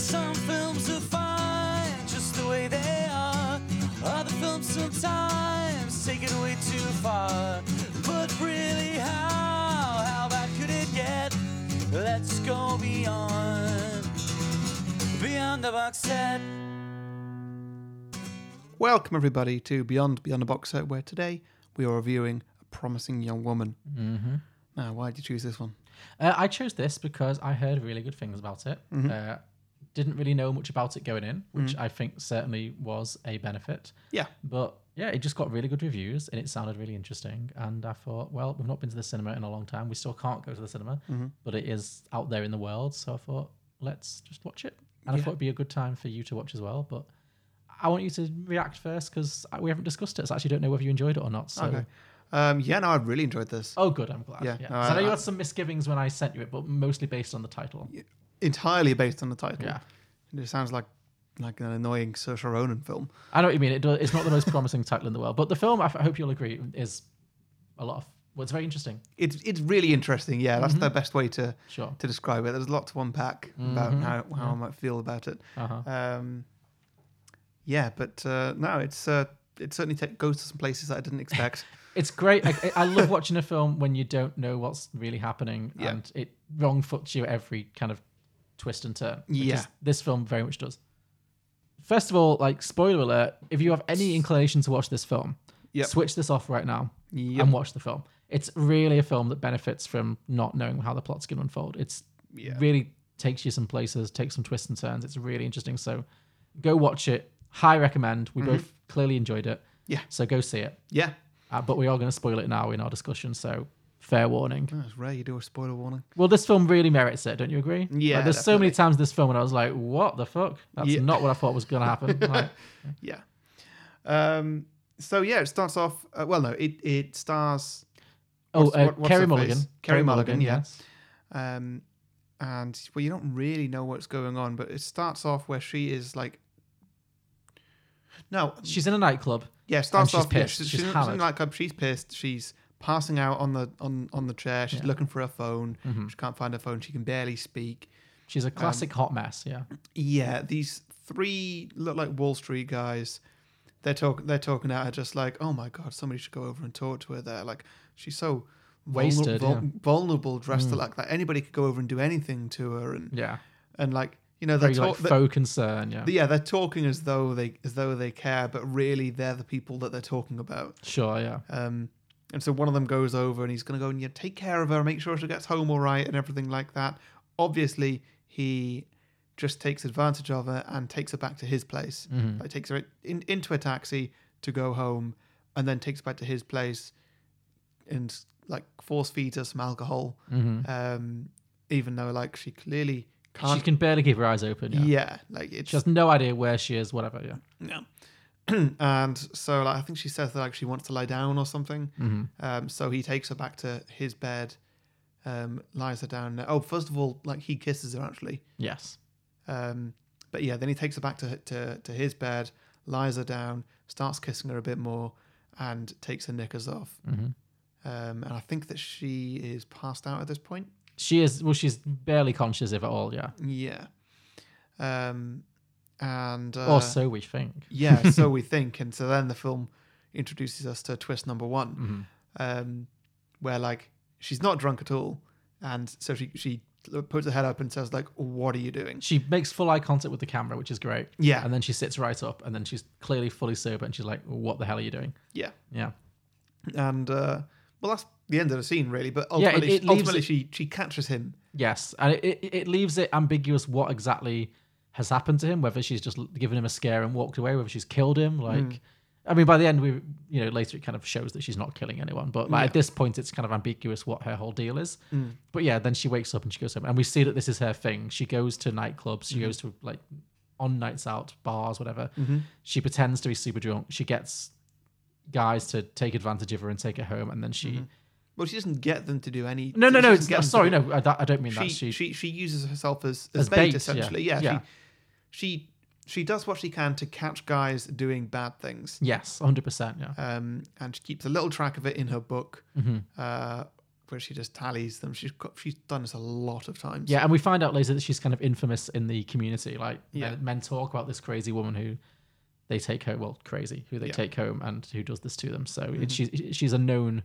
films are fine just the way they are. Other films sometimes take it way too far. But really, how? How bad could it get? Let's go beyond, beyond the box set. Welcome, everybody, to Beyond Beyond the Box Set, where today we are reviewing A Promising Young Woman. Mm-hmm. Now, why did you choose this one? Uh, I chose this because I heard really good things about it. Mm-hmm. Uh, didn't really know much about it going in, Mm. which I think certainly was a benefit. Yeah, But yeah, it just got really good reviews and it sounded really interesting. And I thought, well, we've not been to the cinema in a long time. We still can't go to the cinema, Mm-hmm. but it is out there in the world. So I thought, let's just watch it. And I thought it'd be a good time for you to watch as well. But I want you to react first because we haven't discussed it. So I actually don't know whether you enjoyed it or not. So. Okay. um, yeah, no, I really enjoyed this. Oh, good. I'm glad. Yeah, Yeah. no, so I, I- know you I- had some misgivings when I sent you it, but mostly based on the title. Entirely based on the title. Yeah. It just sounds like like an annoying Saoirse Ronan film. I know what you mean. It does, it's not the most promising title in the world, but the film, I, f- I hope you'll agree, is a lot of. Well, it's very interesting. It's it's really interesting. Yeah, that's the best way to Sure. to describe it. There's a lot to unpack about how, how I might feel about it. Uh-huh. Um, yeah, but uh, no, it's uh, it certainly ta goes to some places that I didn't expect. It's great. I, I love watching a film when you don't know what's really happening Yeah. and it wrong foots you every kind of twist and turn. which Yeah. is- this film very much does. First of all, like spoiler alert, if you have any inclination to watch this film, Yep. switch this off right now Yep. and watch the film. It's really a film that benefits from not knowing how the plot's going to unfold. It's Yeah. really takes you some places, takes some twists and turns. It's really interesting. So go watch it. High recommend. We both clearly enjoyed it. Mm-hmm. Yeah. So go see it. yeah, Uh, but we are going to spoil it now in our discussion, so fair warning. it's rare you do a spoiler warning. Well, this film really merits it, don't you agree? Yeah, Like, there's so many times in this film when I was like, "What the fuck? That's Yeah. not what I thought was going to happen." Like, Yeah. Um, so yeah, it starts off. Uh, well, no, it it stars oh, What's- uh, what- what's her Kerry face? Mulligan. Kerry Mulligan, yeah. yes. um, and well, you don't really know what's going on, but it starts off where she is like. No, She's in a nightclub. yeah, it starts she's off. yeah, pissed. she's, She's she's, in- she's in hammered. like um, she's pissed. She's passing out on the on on the chair. She's looking for her phone. Mm-hmm. She can't find her phone. She can barely speak. She's Um, a classic hot mess. Yeah. Yeah, these three look like Wall Street guys. They're talking. They're talking at her just like, oh my god, somebody should go over and talk to her. There, like she's so Wasted, vulnerable, yeah. Mm. vulnerable dressed like that. Anybody could go over and do anything to her, and Yeah. and like you know they're Very talk- like faux concern. Yeah. they- yeah they're talking as though they as though they care, but really they're the people that they're talking about. sure. Yeah. Um, and so one of them goes over and he's going to go and you know, take care of her, make sure she gets home all right, and everything like that. Obviously, he just takes advantage of her and takes her back to his place. Like takes her in, into a taxi to go home, and then takes her back to his place and like force feeds her some alcohol, um, even though like she clearly can't. She can barely keep her eyes open. Yeah. yeah. like it's She has no idea where she is. Whatever. Yeah. no. and so like I think she says that like she wants to lie down or something. Um, so he takes her back to his bed, um, lies her down. there. Oh, first of all, like he kisses her actually. Yes. Um, but yeah, then he takes her back to, to to his bed, lies her down, starts kissing her a bit more, and takes her knickers off. Um, and I think that she is passed out at this point. She is. Well, she's barely conscious if at all. Yeah. Yeah. Um, and uh, or so we think. Yeah, so we think. And so then the film introduces us to twist number one, Mm-hmm. um, where like she's not drunk at all, and so she she puts her head up and says like, "What are you doing?" She makes full eye contact with the camera, which is great. Yeah. And then she sits right up and then she's clearly fully sober and she's like, What the hell are you doing? Yeah, Yeah. and uh, well, that's the end of the scene really. But Yeah, it- ultimately, it leaves ultimately it- she she catches him. Yes. And it, it, it leaves it ambiguous what exactly has happened to him, whether she's just given him a scare and walked away, whether she's killed him. Like, I mean, by the end, we, you know, later it kind of shows that she's not killing anyone. But like, at this point, it's kind of ambiguous what her whole deal is. But yeah, then she wakes up and she goes home. And we see that this is her thing. She goes to nightclubs, she goes to like on nights out, bars, whatever. She pretends to be super drunk. She gets guys to take advantage of her and take her home. And then she. Well, she doesn't get them to do any. No, no, she no. doesn't It's, get them to sorry, do- no. I, I don't mean She, that. she She, she uses herself as as, As bait, bait, yeah. essentially. Yeah, Yeah. She, she she does what she can to catch guys doing bad things. Yes, 100%. Yeah. Mm-hmm. um, and she keeps a little track of it in her book. Uh, where she just tallies them. She's got, she's done this a lot of times. Yeah, and we find out later that she's kind of infamous in the community. Like Yeah. men, men talk about this crazy woman who they take home, well, crazy, who they Yeah. Mm-hmm. take home and who does this to them. So it, she's she's a known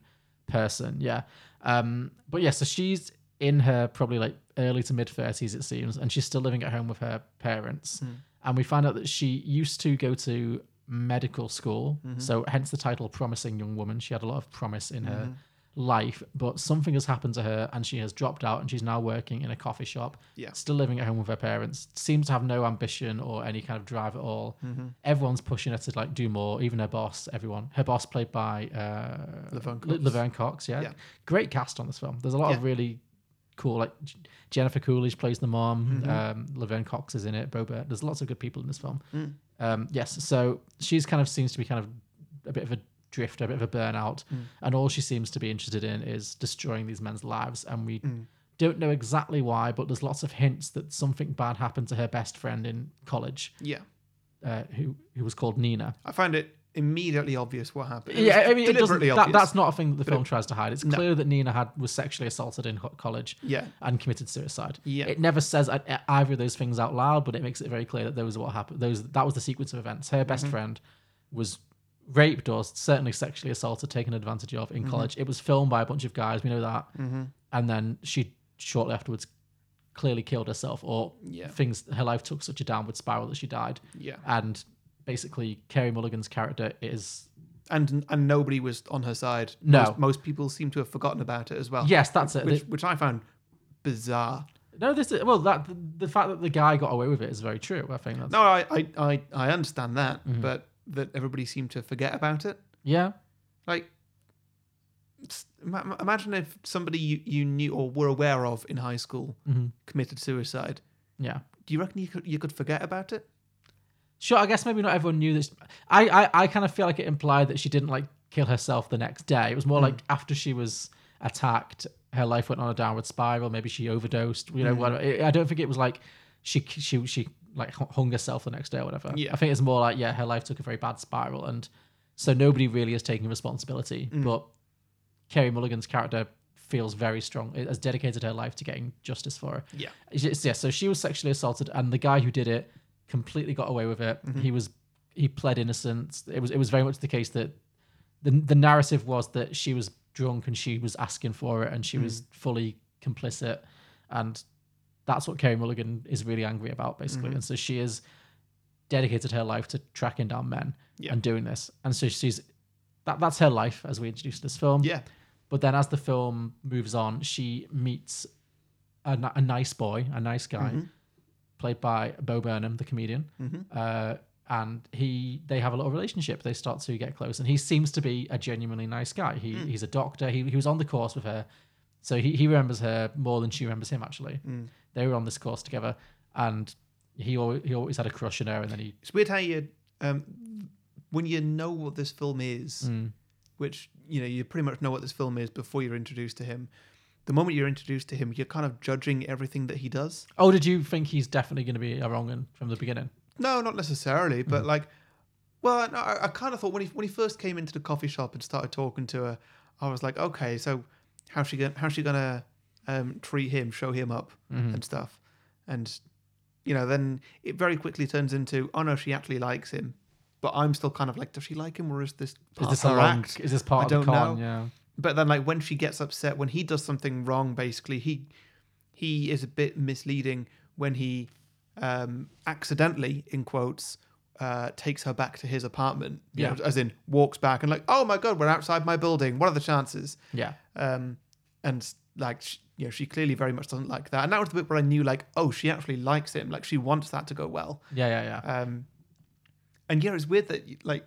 person. Yeah. Um. But yeah, so she's in her probably like early to mid thirties, it seems, and she's still living at home with her parents. Hmm. And we find out that she used to go to medical school, Mm-hmm. so hence the title "Promising Young Woman." She had a lot of promise in her Mm-hmm. life, but something has happened to her and she has dropped out and she's now working in a coffee shop. Yeah. Still living at home with her parents. Seems to have no ambition or any kind of drive at all. Mm-hmm. Everyone's pushing her to like do more, even her boss, everyone. Her boss played by uh Laverne L- Cox. Laverne Cox, yeah. Yeah. Great cast on this film. There's a lot of Yeah. really cool like J- Jennifer Coolidge plays the mom. Mm-hmm. Um, Laverne Cox is in it. Bobert. There's lots of good people in this film. Mm. Um, yes, so she's kind of seems to be kind of a bit of a drifter, a bit of a burnout, and all she seems to be interested in is destroying these men's lives. And we don't know exactly why, but there's lots of hints that something bad happened to her best friend in college, Yeah. uh, who who was called Nina. I found it immediately obvious what happened. It Yeah, was I mean, it doesn't, deliberately that, obvious. that's not a thing that the film tries to hide. It's clear that Nina had was sexually assaulted in co- college, Yeah. and committed suicide. Yeah. it never says e- either of those things out loud, but it makes it very clear that those are what happened. Those that was the sequence of events. Her Mm-hmm. best friend was raped or certainly sexually assaulted, taken advantage of Mm-hmm. in college. It was filmed by a bunch of guys. We know that, and then she shortly afterwards clearly killed herself, or Yeah. things her life took such a downward spiral that she died. Yeah. and basically Kerry Mulligan's character is and and nobody was on her side. No. most, most people seem to have forgotten about it as well. Yes, that's it. which, which I found bizarre. No, this is well that the fact that the guy got away with it is very true. I think that's No, I I I, I understand that, Mm-hmm. but that everybody seemed to forget about it. yeah. Like, s- ima- imagine if somebody you, you knew or were aware of in high school committed suicide. Yeah. Do you reckon you could you could forget about it? Sure, I guess maybe not everyone knew this. I, I, I kind of feel like it implied that she didn't like kill herself the next day. It was more like after she was attacked, her life went on a downward spiral. Maybe she overdosed. You know, whatever. It- I don't think it was like she she she like hu- hung herself the next day or whatever. Yeah. I think it's more like yeah, her life took a very bad spiral, and so nobody really is taking responsibility. But Kerry Mulligan's character feels very strong. Has dedicated her life to getting justice for her. Yeah. Yes, yeah, so she was sexually assaulted, and the guy who did it completely got away with it. He was he pled innocent. It was it was very much the case that the the narrative was that she was drunk and she was asking for it, and she was fully complicit, and that's what Kerry Mulligan is really angry about, basically. And so she is dedicated her life to tracking down men Yeah. and doing this, and so she's that that's her life as we introduced this film. Yeah. But then as the film moves on, she meets a, ni- a nice boy, a nice guy, Mm-hmm. played by Bo Burnham, the comedian. Uh, and he, they have a little relationship. They start to get close, and he seems to be a genuinely nice guy. He, Mm. he's a doctor. He, he was on the course with her, so he, he remembers her more than she remembers him. Actually, Mm. they were on this course together, and he always, he always had a crush on her. And then he, It's weird how you um when you know what this film is, which you know you pretty much know what this film is before you're introduced to him. The moment you're introduced to him, you're kind of judging everything that he does. oh, did you think he's definitely going to be a wrong un from the beginning? No, not necessarily, but Hmm. like, well, no, I, I kind of thought when he when he first came into the coffee shop and started talking to her, I was like, okay, so how's she gonna how's she gonna um, treat him, show him up, Mm-hmm. and stuff, and you know, then it very quickly turns into, oh no, she actually likes him, but I'm still kind of like, does she like him or is this Is part this of a her wrong? act? Is this part I of the don't con? know. Yeah. But then, like, when she gets upset, when he does something wrong, basically, he he is a bit misleading when he um, accidentally, in quotes, uh, takes her back to his apartment. you Yeah. know, as in, walks back and like, oh my god, we're outside my building. What are the chances? Yeah. Um, and like, sh you know, she clearly very much doesn't like that. And that was the bit where I knew, like, oh, she actually likes him. Like, she wants that to go well. Yeah, yeah, yeah. Um, and yeah, it's weird that you- like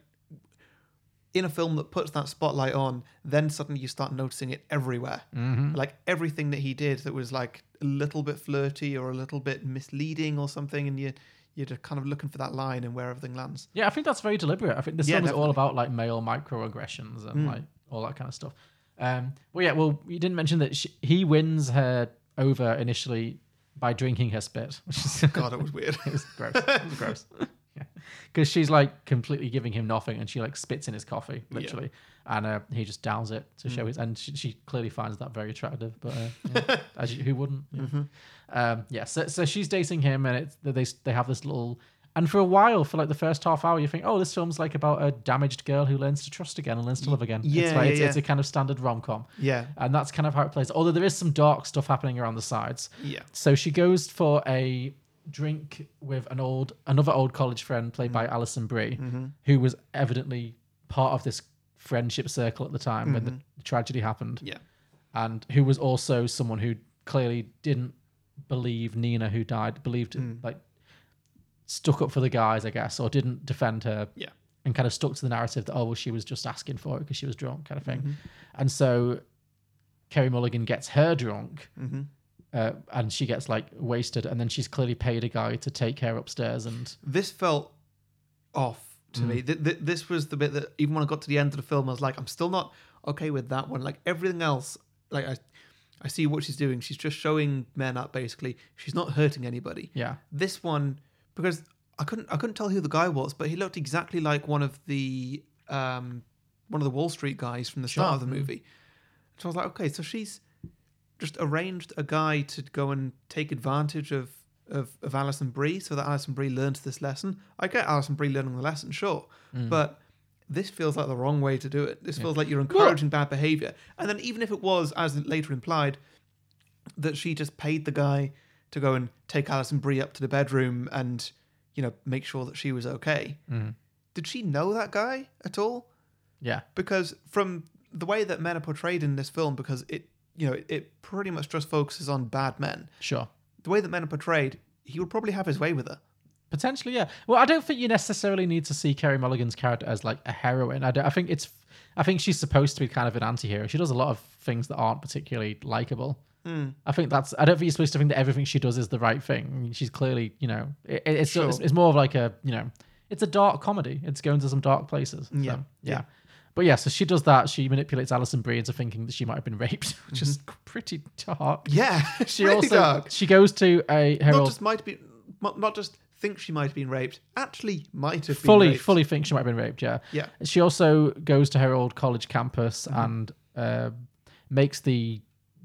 in a film that puts that spotlight on, then suddenly you start noticing it everywhere. Like everything that he did that was like a little bit flirty or a little bit misleading or something, and you you're just kind of looking for that line and where everything lands. Yeah, I think that's very deliberate. I think this Yeah, film is all definitely. Hmm. about like male microaggressions and like all that kind of stuff. Um, well, yeah, well, you didn't mention that she, he wins her over initially by drinking her spit, which is God, it was weird. it was gross. It was gross. Yeah. because she's like completely giving him nothing, and she like spits in his coffee literally, and uh, he just downs it to Mm. show his. And she, she clearly finds that very attractive, but uh, yeah, as you, who wouldn't? Yeah. Mm-hmm. Um, yeah. So, so she's dating him, and it's they they have this little. And for a while, for like the first half hour, you think, oh, this film's like about a damaged girl who learns to trust again and learns to love again. yeah, it's, yeah, like, it's, yeah. it's a kind of standard rom com. Yeah. And that's kind of how it plays. Although there is some dark stuff happening around the sides. Yeah. So she goes for a drink with an old another old college friend played by Alison Brie, who was evidently part of this friendship circle at the time when the tragedy happened, Yeah. and who was also someone who clearly didn't believe Nina, who died, believed like stuck up for the guys, I guess, or didn't defend her Yeah. and kind of stuck to the narrative that oh well she was just asking for it because she was drunk kind of thing and so kerry mulligan gets her drunk uh, and she gets like wasted and then she's clearly paid a guy to take her upstairs and This felt off to me. Th- th- this was the bit that even when I got to the end of the film, I was like, I'm still not okay with that one. Like everything else, like I, I see what she's doing. She's just showing men up. Basically, she's not hurting anybody. yeah This one because I couldn't I couldn't tell who the guy was, but he looked exactly like one of the um one of the Wall Street guys from the start of the movie. So I was like, okay, so she's just arranged a guy to go and take advantage of of, of Alison Brie so that Alison Brie learns this lesson. I get Alison Brie learning the lesson, sure, but this feels like the wrong way to do it. This feels like you're encouraging bad behavior. And then even if it was, as later implied, that she just paid the guy to go and take Alison Brie up to the bedroom and, you know, make sure that she was okay. Mm-hmm. Did she know that guy at all? yeah because from the way that men are portrayed in this film, because it you know it, it pretty much just focuses on bad men. sure The way that men are portrayed, he would probably have his way with her. potentially yeah well i don't think you necessarily need to see kerry mulligan's character as like a heroine i, don't, I think it's i think she's supposed to be kind of an anti-hero she does a lot of things that aren't particularly likable Hmm. I think that's. I don't think you're supposed to think that everything she does is the right thing. She's clearly, you know, it, it's, Sure. it's it's more of like a, you know, it's a dark comedy. It's going to some dark places. Yeah, yeah. yeah. But yeah, so she does that. She manipulates Alison Brie into thinking that she might have been raped, which is pretty dark. Mm-hmm. Yeah, She really also dark. she goes to a her Not old, just might be, not not just think she might have been raped. Actually, might have fully been raped. fully thinks she might have been raped. Yeah. Yeah. Mm-hmm. She also goes to her old college campus and uh, makes the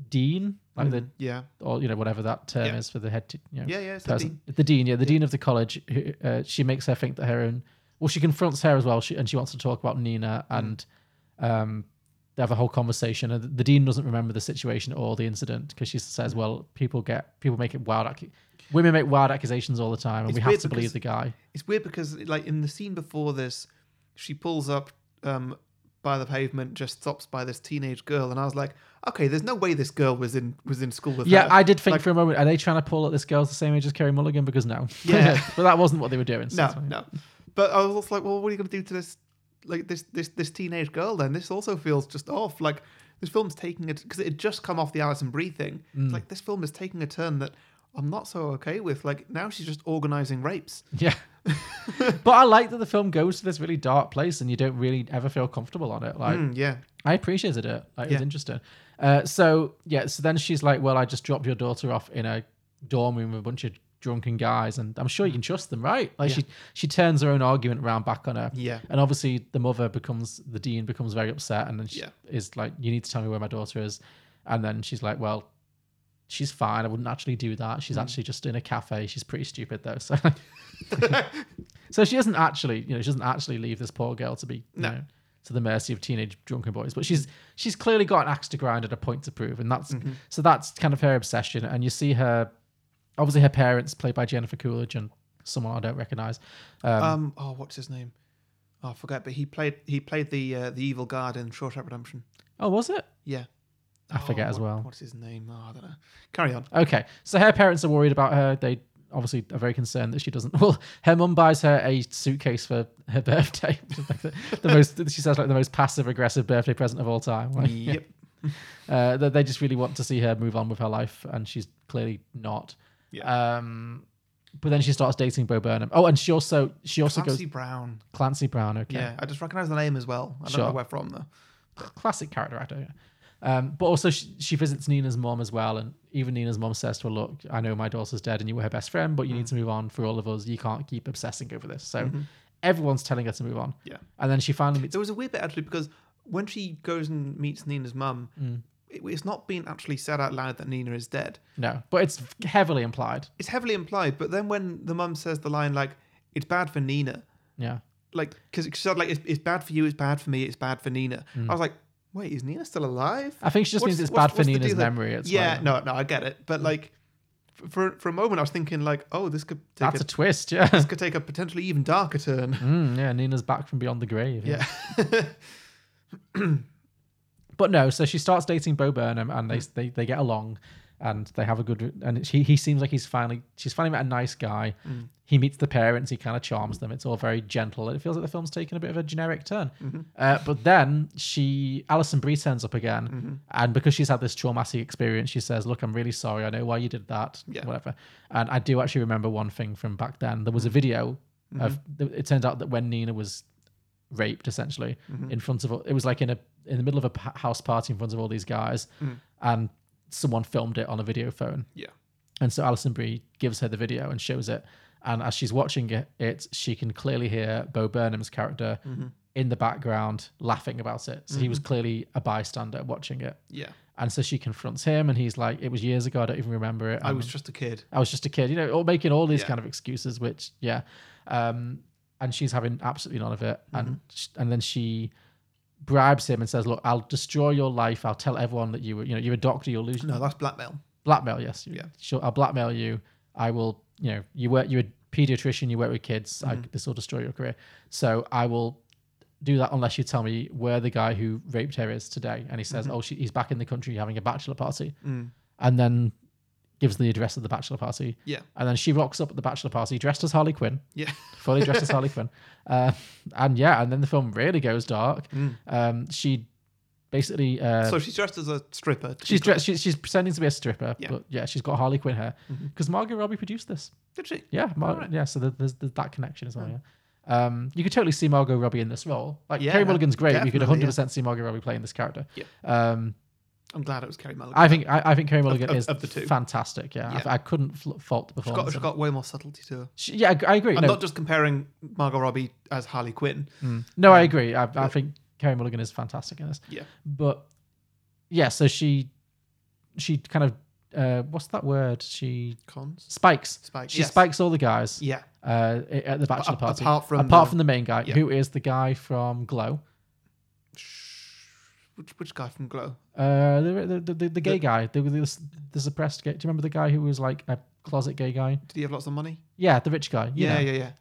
dean, like the Yeah, or you know whatever that term Mm-hmm. Yeah. is for the head. t- You know, Yeah, yeah, it's the person. the dean. yeah, the dean of the college. who, Uh, she makes her think that her own. Well, she confronts her as well, she, and she wants to talk about Nina, Mm-hmm. and um, they have a whole conversation. And the, the dean doesn't remember the situation or the incident because she Mm-hmm. says, "Well, people get people make it wild. accu- Women make wild accusations all the time, and we have weird to because- believe the guy." it's weird because like in the scene before this, she pulls up um by the pavement, just stops by this teenage girl, and I was like, okay, there's no way this girl was in was in school with Yeah, her. I did think for a moment, are they trying to pull at this girl's the same age as Kerry Mulligan? Because no, Yeah. but that wasn't what they were doing. so No, it's fine. no. But I was also like, well, what are you going to do to this, like this this this teenage girl? Then this also feels just off. Like this film's taking it because it had just come off the Alison Brie thing. It's Mm. like this film is taking a turn that I'm not so okay with. Like now she's just organizing rapes. Yeah. but I like that the film goes to this really dark place and you don't really ever feel comfortable on it. Like Mm, yeah, I appreciated it. Like, It was Yeah. interesting. Uh, so yeah, so then she's like, Well, I just dropped your daughter off in a dorm room with a bunch of drunken guys and I'm sure you can trust them, right? Like she she turns her own argument around back on her. Yeah. And obviously the mother becomes the dean becomes very upset and then she Yeah. is like, You need to tell me where my daughter is and then she's like, Well, she's fine. I wouldn't actually do that. She's Mm. actually just in a cafe. She's pretty stupid though. So So she doesn't actually, you know, she doesn't actually leave this poor girl to be, you know, to the mercy of teenage drunken boys. But she's she's clearly got an axe to grind and a point to prove, and that's Mm-hmm. so that's kind of her obsession. And you see her, obviously, her parents, played by Jennifer Coolidge and someone I don't recognize. Um, Um. Oh, what's his name? Oh, I forget. But he played he played the uh, the evil guard in Shawshank Redemption. oh, was it? Yeah. I forget Oh, as what- well. What's his name? Oh, I don't know. Carry on. Okay, so her parents are worried about her. They obviously are very concerned that she doesn't. Well, her mum buys her a suitcase for her birthday, which is like the, the most. She says like the most passive aggressive birthday present of all time. Like, Yep. uh, that they just really want to see her move on with her life, and she's clearly not. Yeah. Um, but then she starts dating Bo Burnham. Oh, and she also she also Clancy goes Brown. Clancy Brown. Okay, Yeah, I just recognize the name as well. I don't Sure. know where from though. classic character actor. Yeah. Um, but also she, she visits Nina's mom as well, and even Nina's mom says to her, "Look, Mm. I know my daughter's dead, and you were her best friend, but you need to move on for all of us. You can't keep obsessing over this." So Everyone's telling her to move on. Mm-hmm. Yeah. And then she finally meets. There was a weird bit actually because when she goes and meets Nina's mum, Mm. it, it's not being actually said out loud that Nina is dead. No, but it's heavily implied. It's heavily implied, but then when the mum says the line like, "It's bad for Nina," Yeah. like because she said like, it's, "It's bad for you, it's bad for me, it's bad for Nina." Mm. I was like, "Wait, is Nina still alive?" I think she just What's- means it's what's- bad for what's the Nina's deal here? memory. Hmm. It's yeah, like- no, no, I get it, but like f- for for a moment, I was thinking like, "Oh, this could take That's a, a twist. Yeah. this could take a potentially even darker turn." Mm, yeah. Nina's back from beyond the grave. Yeah, But no, so she starts dating Bo Burnham, and they they, they get along, and they have a good. And he he seems like he's finally she's finally met a nice guy. He meets the parents. He kind of charms them. It's all very gentle. It feels like the film's taken a bit of a generic turn. Uh, but then she Alison Brie turns up again, and because she's had this traumatic experience, she says, "Look, I'm really sorry. I know why you did that. Yeah. Whatever." And I do actually remember one thing from back then. There was a video of. It turns out that when Nina was raped essentially Mm-hmm. in front of all- it was like in a in the middle of a p- house party in front of all these guys Mm. and someone filmed it on a video phone yeah, and so Alison Brie gives her the video and shows it and as she's watching it, it she can clearly hear Bo Burnham's character Mm-hmm. in the background laughing about it so he was clearly a bystander watching it yeah. and so she confronts him and he's like it was years ago I don't even remember it I and- was just a kid. I was just a kid, you know, or making all these Yeah. kind of excuses, which yeah, um, and she's having absolutely none of it, Mm-hmm. and sh and then she bribes him and says, "Look, I'll destroy your life. I'll tell everyone that you were, you know, you're a doctor. You'll lose No, that's blackmail. blackmail. Yes, Yeah. Sure, I'll blackmail you. I will, you know, you work. You're a pediatrician. You work with kids. I, Mm-hmm. this will destroy your career. So I will." Do that unless you tell me where the guy who raped her is today. And he says, Mm-hmm. "Oh, she, he's back in the country having a bachelor party," Mm. and then gives the address of the bachelor party. Yeah, And then she rocks up at the bachelor party dressed as Harley Quinn, yeah. fully dressed as Harley Quinn. Uh, and yeah, and then the film really goes dark. Um, she basically uh, Mm. so she's dressed as a stripper. to be she's dressed, she, she's pretending to be a stripper, Yeah. but yeah, she's got Harley Quinn hair because Margot Robbie produced this. Did she? Yeah, Mar- Alright. Hmm. yeah. So there- there's, there's that connection as well. Yeah. Um, you could totally see Margot Robbie in this role. Like Yeah, Kerry Mulligan's great. but You could definitely, 100% see Margot Robbie playing this character. Yeah. Um, I'm glad it was Carrie Mulligan. I think I, I think Kerry Mulligan of- is of the two. fantastic. Yeah, Yeah. I, I couldn't fl- fault the she's got, performance. she's got way more subtlety to her. She- yeah, I, I agree. I'm no, not just comparing Margot Robbie as Harley Quinn. No, I agree. I, I think Carrie Mulligan is fantastic in this. Um, Yeah. But yeah, so she she kind of uh, what's that word? She Cons. spikes. Spike, She yes. spikes all the guys Yeah. uh, at the bachelor Ap- party. apart from apart the- from the main guy, Yeah. who is the guy from Glow, Which, which guy from Glow? uh, the, the, the, the gay guy, the, the the suppressed gay. Do you remember the guy who was like a closet gay guy? Did he have lots of money? Yeah, the rich guy. you Yeah, know. yeah, yeah.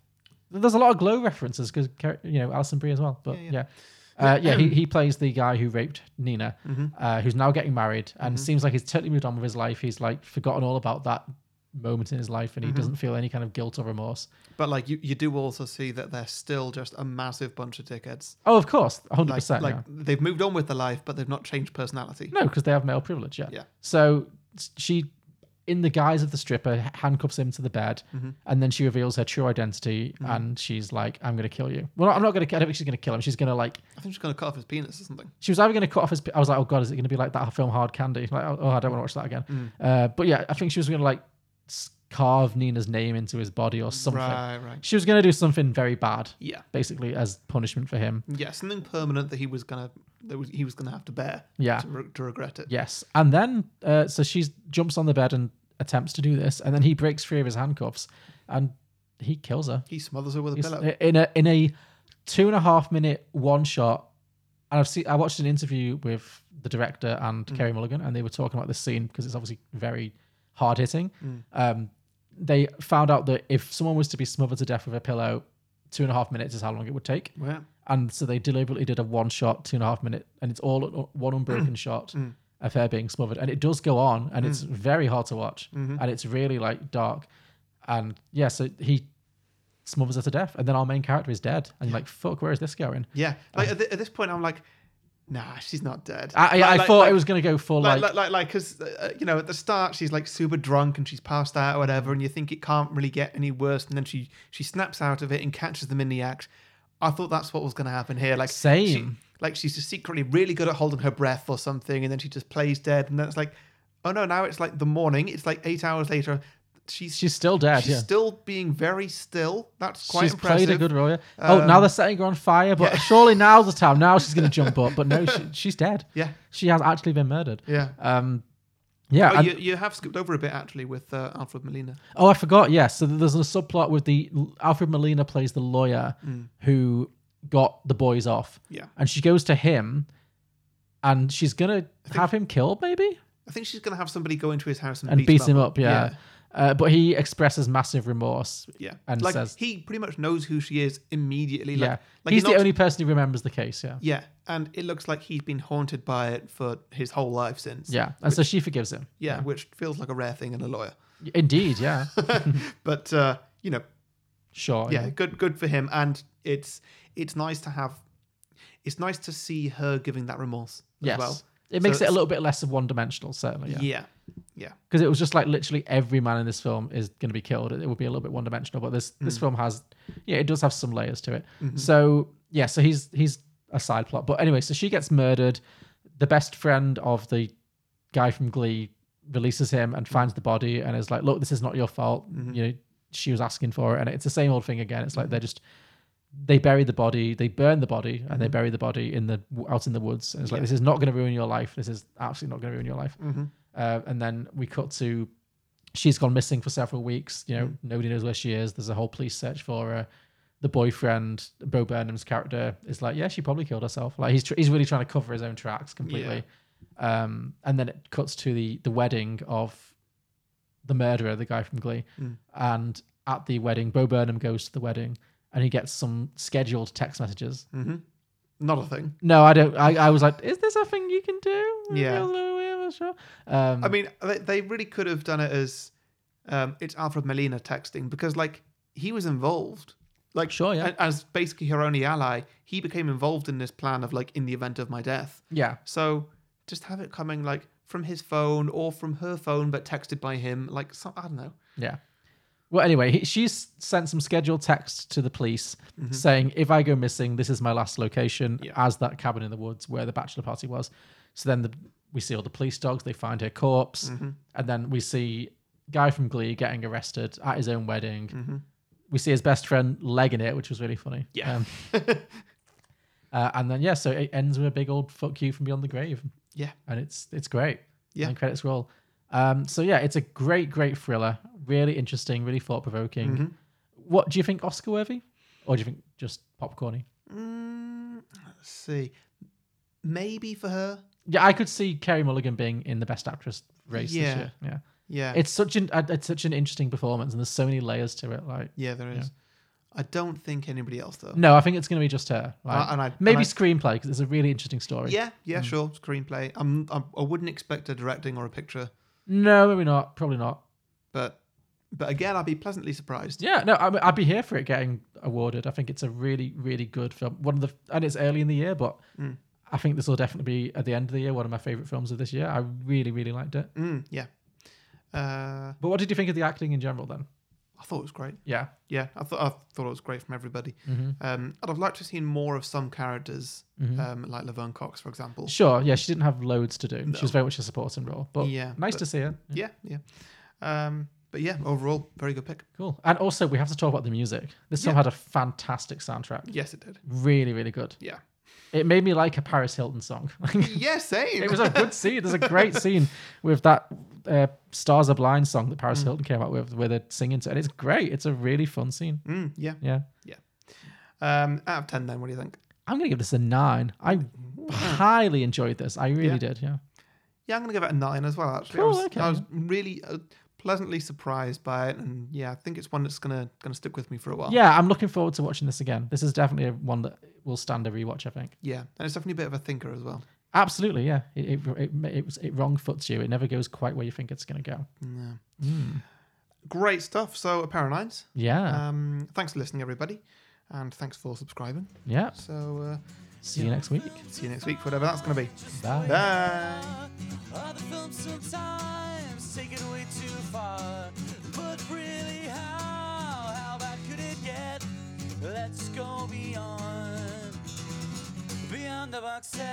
there's a lot of glow references because you know Alison Brie as well. But yeah, Yeah, yeah. Uh, yeah he, he plays the guy who raped Nina, uh, who's now getting married, and seems like he's totally moved on with his life. He's like forgotten all about that moment in his life, and he doesn't feel any kind of guilt or remorse. But like you, you do also see that they're still just a massive bunch of dickheads. Oh, of course, hundred Like, percent. like yeah. they've moved on with their life, but they've not changed personality. No, because they have male privilege. Yeah. Yeah. So s- she, in the guise of the stripper, h- handcuffs him to the bed, and then she reveals her true identity, and she's like, "I'm going to kill you." Well, I'm not going to. I don't think she's going to kill him. She's going to like I think she's gonna cut off his penis or something. she was either going to cut off his. I was like, oh god, is it going to be like that film Hard Candy? Like, oh, oh, I don't want to watch that again. Uh, but yeah, I think she was going to like s- carve Nina's name into his body or something. Right, right. She was going to do something very bad, Yeah, basically as punishment for him. yeah. Something permanent that he was gonna that was, he was gonna have to bear. Yeah. to, re- to regret it. Yes, and then uh, so she jumps on the bed and attempts to do this, and then he breaks free of his handcuffs, and he kills her He smothers her with a He's- pillow. in a in a two and a half minute one shot. And I've seen I watched an interview with the director and Kerry Mulligan, and they were talking about this scene because it's obviously very hard hitting. Um, they found out that if someone was to be smothered to death with a pillow, two and a half minutes is how long it would take. Yeah. And so they deliberately did a one shot, two and a half minute, and it's all un- one Mm. unbroken shot of her being smothered. And it does go on, and it's very hard to watch, Mm-hmm. and it's really like dark. And yeah, so he smothers her to death, and then our main character is dead, and you're like, fuck, where is this going? Yeah, like at, thi- at this point, I'm like, nah, she's not dead. I, I, Like- I like- thought like, it was going to go full like, like like like like because uh, you know at the start she's like super drunk and she's passed out or whatever, and you think it can't really get any worse, and then she she snaps out of it and catches them in the act. I thought that's what was going to happen here. Like she- Same. like she's just secretly really good at holding her breath or something, and then she just plays dead, and then it's like, oh no, now it's like the morning. It's like eight hours later. she's She's still dead. she's yeah. still being very still. That's quite she's impressive. played a good role. yeah. oh, now Um, they're setting her on fire, but surely now's the time. Now she's going to jump up, but no, she, she's dead. Yeah, She has actually been murdered. yeah. Um, yeah. Oh, and- you, you have skipped over a bit actually with uh, Alfred Molina. Oh, I forgot. Yeah, so there's a subplot with the Alfred Molina plays the lawyer who got the boys off, Mm. Yeah, and she goes to him, and she's gonna have him killed, maybe, I think she's gonna have somebody go into his house and, and beat, beats him up. Yeah, Uh, but he expresses massive remorse. yeah, yeah. and like says- he pretty much knows who she is immediately. Like, yeah, like he's not- the only person who remembers the case. Yeah, Yeah, and it looks like he's been haunted by it for his whole life since. yeah, and so she forgives him. yeah, which feels like a rare thing in a lawyer. Indeed, yeah, But uh, you know, sure. yeah, good good for him. And it's it's nice to have it's nice to see her giving that remorse as yes. well. It So makes it a it's- little bit less of one-dimensional, certainly. Yeah, Yeah. Yeah. because it was just like literally every man in this film is going to be killed. It would be a little bit one-dimensional, but this this film has, yeah, it does have some layers to it. So yeah, so he's he's a side plot, but anyway, so she gets murdered. The best friend of the guy from Glee releases him and finds the body and is like, "Look, this is not your fault. You know, she was asking for it." And it's the same old thing again. It's like they're just they bury the body, they burn the body, and they bury the body in the out in the woods. And it's like this is not going to ruin your life. This is absolutely not going to ruin your life. Uh, and then we cut to she's gone missing for several weeks. You know, nobody knows where she is. There's a whole police search for her. The boyfriend, Bo Burnham's character, is like, yeah, she probably killed herself. Like he's tr- he's really trying to cover his own tracks completely. Um, and then it cuts to the the wedding of the murderer, the guy from Glee. And at the wedding, Bo Burnham goes to the wedding and he gets some scheduled text messages. Mm-hmm. Not a thing. No, I don't. I, I was like, is this a thing you can do? Yeah. Um, I mean, they, they really could have done it as um, it's Alfred Molina texting because, like, he was involved. Like, Sure, yeah. a- As basically her only ally, he became involved in this plan of, like, in the event of my death. yeah. So just have it coming, like, from his phone or from her phone, but texted by him. Like, some, I don't know. Yeah. Well, anyway, he, she's sent some scheduled texts to the police Mm-hmm. saying, if I go missing, this is my last location as that cabin in the woods where the bachelor party was. So then the, we see all the police dogs, they find her corpse. Mm-hmm. And then we see guy from Glee getting arrested at his own wedding. We see his best friend legging it, which was really funny. Mm-hmm. Yeah. Um, uh, and then, yeah, so it ends with a big old fuck you from beyond the grave Yeah. and it's it's great. Yeah. And credits roll. Um, so yeah, it's a great, great thriller. Really interesting, really thought provoking. Mm-hmm. What do you think, Oscar worthy, or do you think just popcorny? Mm, let's see. Maybe for her. Yeah, I could see Kerry Mulligan being in the Best Actress race Yeah. this year. Yeah, Yeah. it's such an uh, it's such an interesting performance, and there's so many layers to it. Like, yeah, there is. I don't think anybody else, though. no, I think it's going to be just her. Like, Uh, and I- maybe and I- screenplay because it's a really interesting story. Yeah, yeah, Mm. sure. Screenplay. I'm, I'm, I wouldn't expect a directing or a picture, No, maybe not. Probably not. but but again, I'd be pleasantly surprised. Yeah, no, I mean, I'd be here for it getting awarded. I think it's a really, really good film. One of the, and it's early in the year, but Hmm. I think this will definitely be at the end of the year one of my favorite films of this year. I really, really liked it. Mm, yeah. Uh, But what did you think of the acting in general then? I thought it was great. Yeah, Yeah, I thought I thought it was great from everybody. Mm-hmm. Um, and I'd have liked to have seen more of some characters, um, like Laverne Cox, for example. sure. Yeah, she didn't have loads to do. She was very much a supporting role, but Yeah, nice but- to see her. Yeah, yeah. Um, but yeah, overall, very good pick. Cool. And also, we have to talk about the music. This film had a fantastic soundtrack. Yes, it did. Really, really good. Yeah. It made me like a Paris Hilton song. Yeah, same. it was a good scene. There's a great scene with that uh, "Stars Are Blind" song that Paris Hilton came out with, where they're singing to, and it's great. It's a really fun scene. Mm, yeah. Yeah, Um, out of ten, then, what do you think? I'm gonna give this a nine. I highly enjoyed this. I really Yeah. did. Yeah, Yeah, I'm gonna give it a nine as well. Actually, Cool, I was, okay. I was really uh, pleasantly surprised by it, and yeah, I think it's one that's gonna gonna stick with me for a while. yeah. I'm looking forward to watching this again. This is definitely a one that will stand a rewatch. I think. yeah, and it's definitely a bit of a thinker as well. Absolutely. Yeah. It it it, it, was- it wrong foots you. It never goes quite where you think it's gonna go. Yeah. Great stuff. So, a pair of nines. Yeah. Um, thanks for listening, everybody, and thanks for subscribing. yeah. So, uh, See you next week. see you next week, whatever that's gonna be. Bye. Bye. Other films sometimes take it way too far. But really, how? How bad could it get? Let's go beyond, beyond the box set.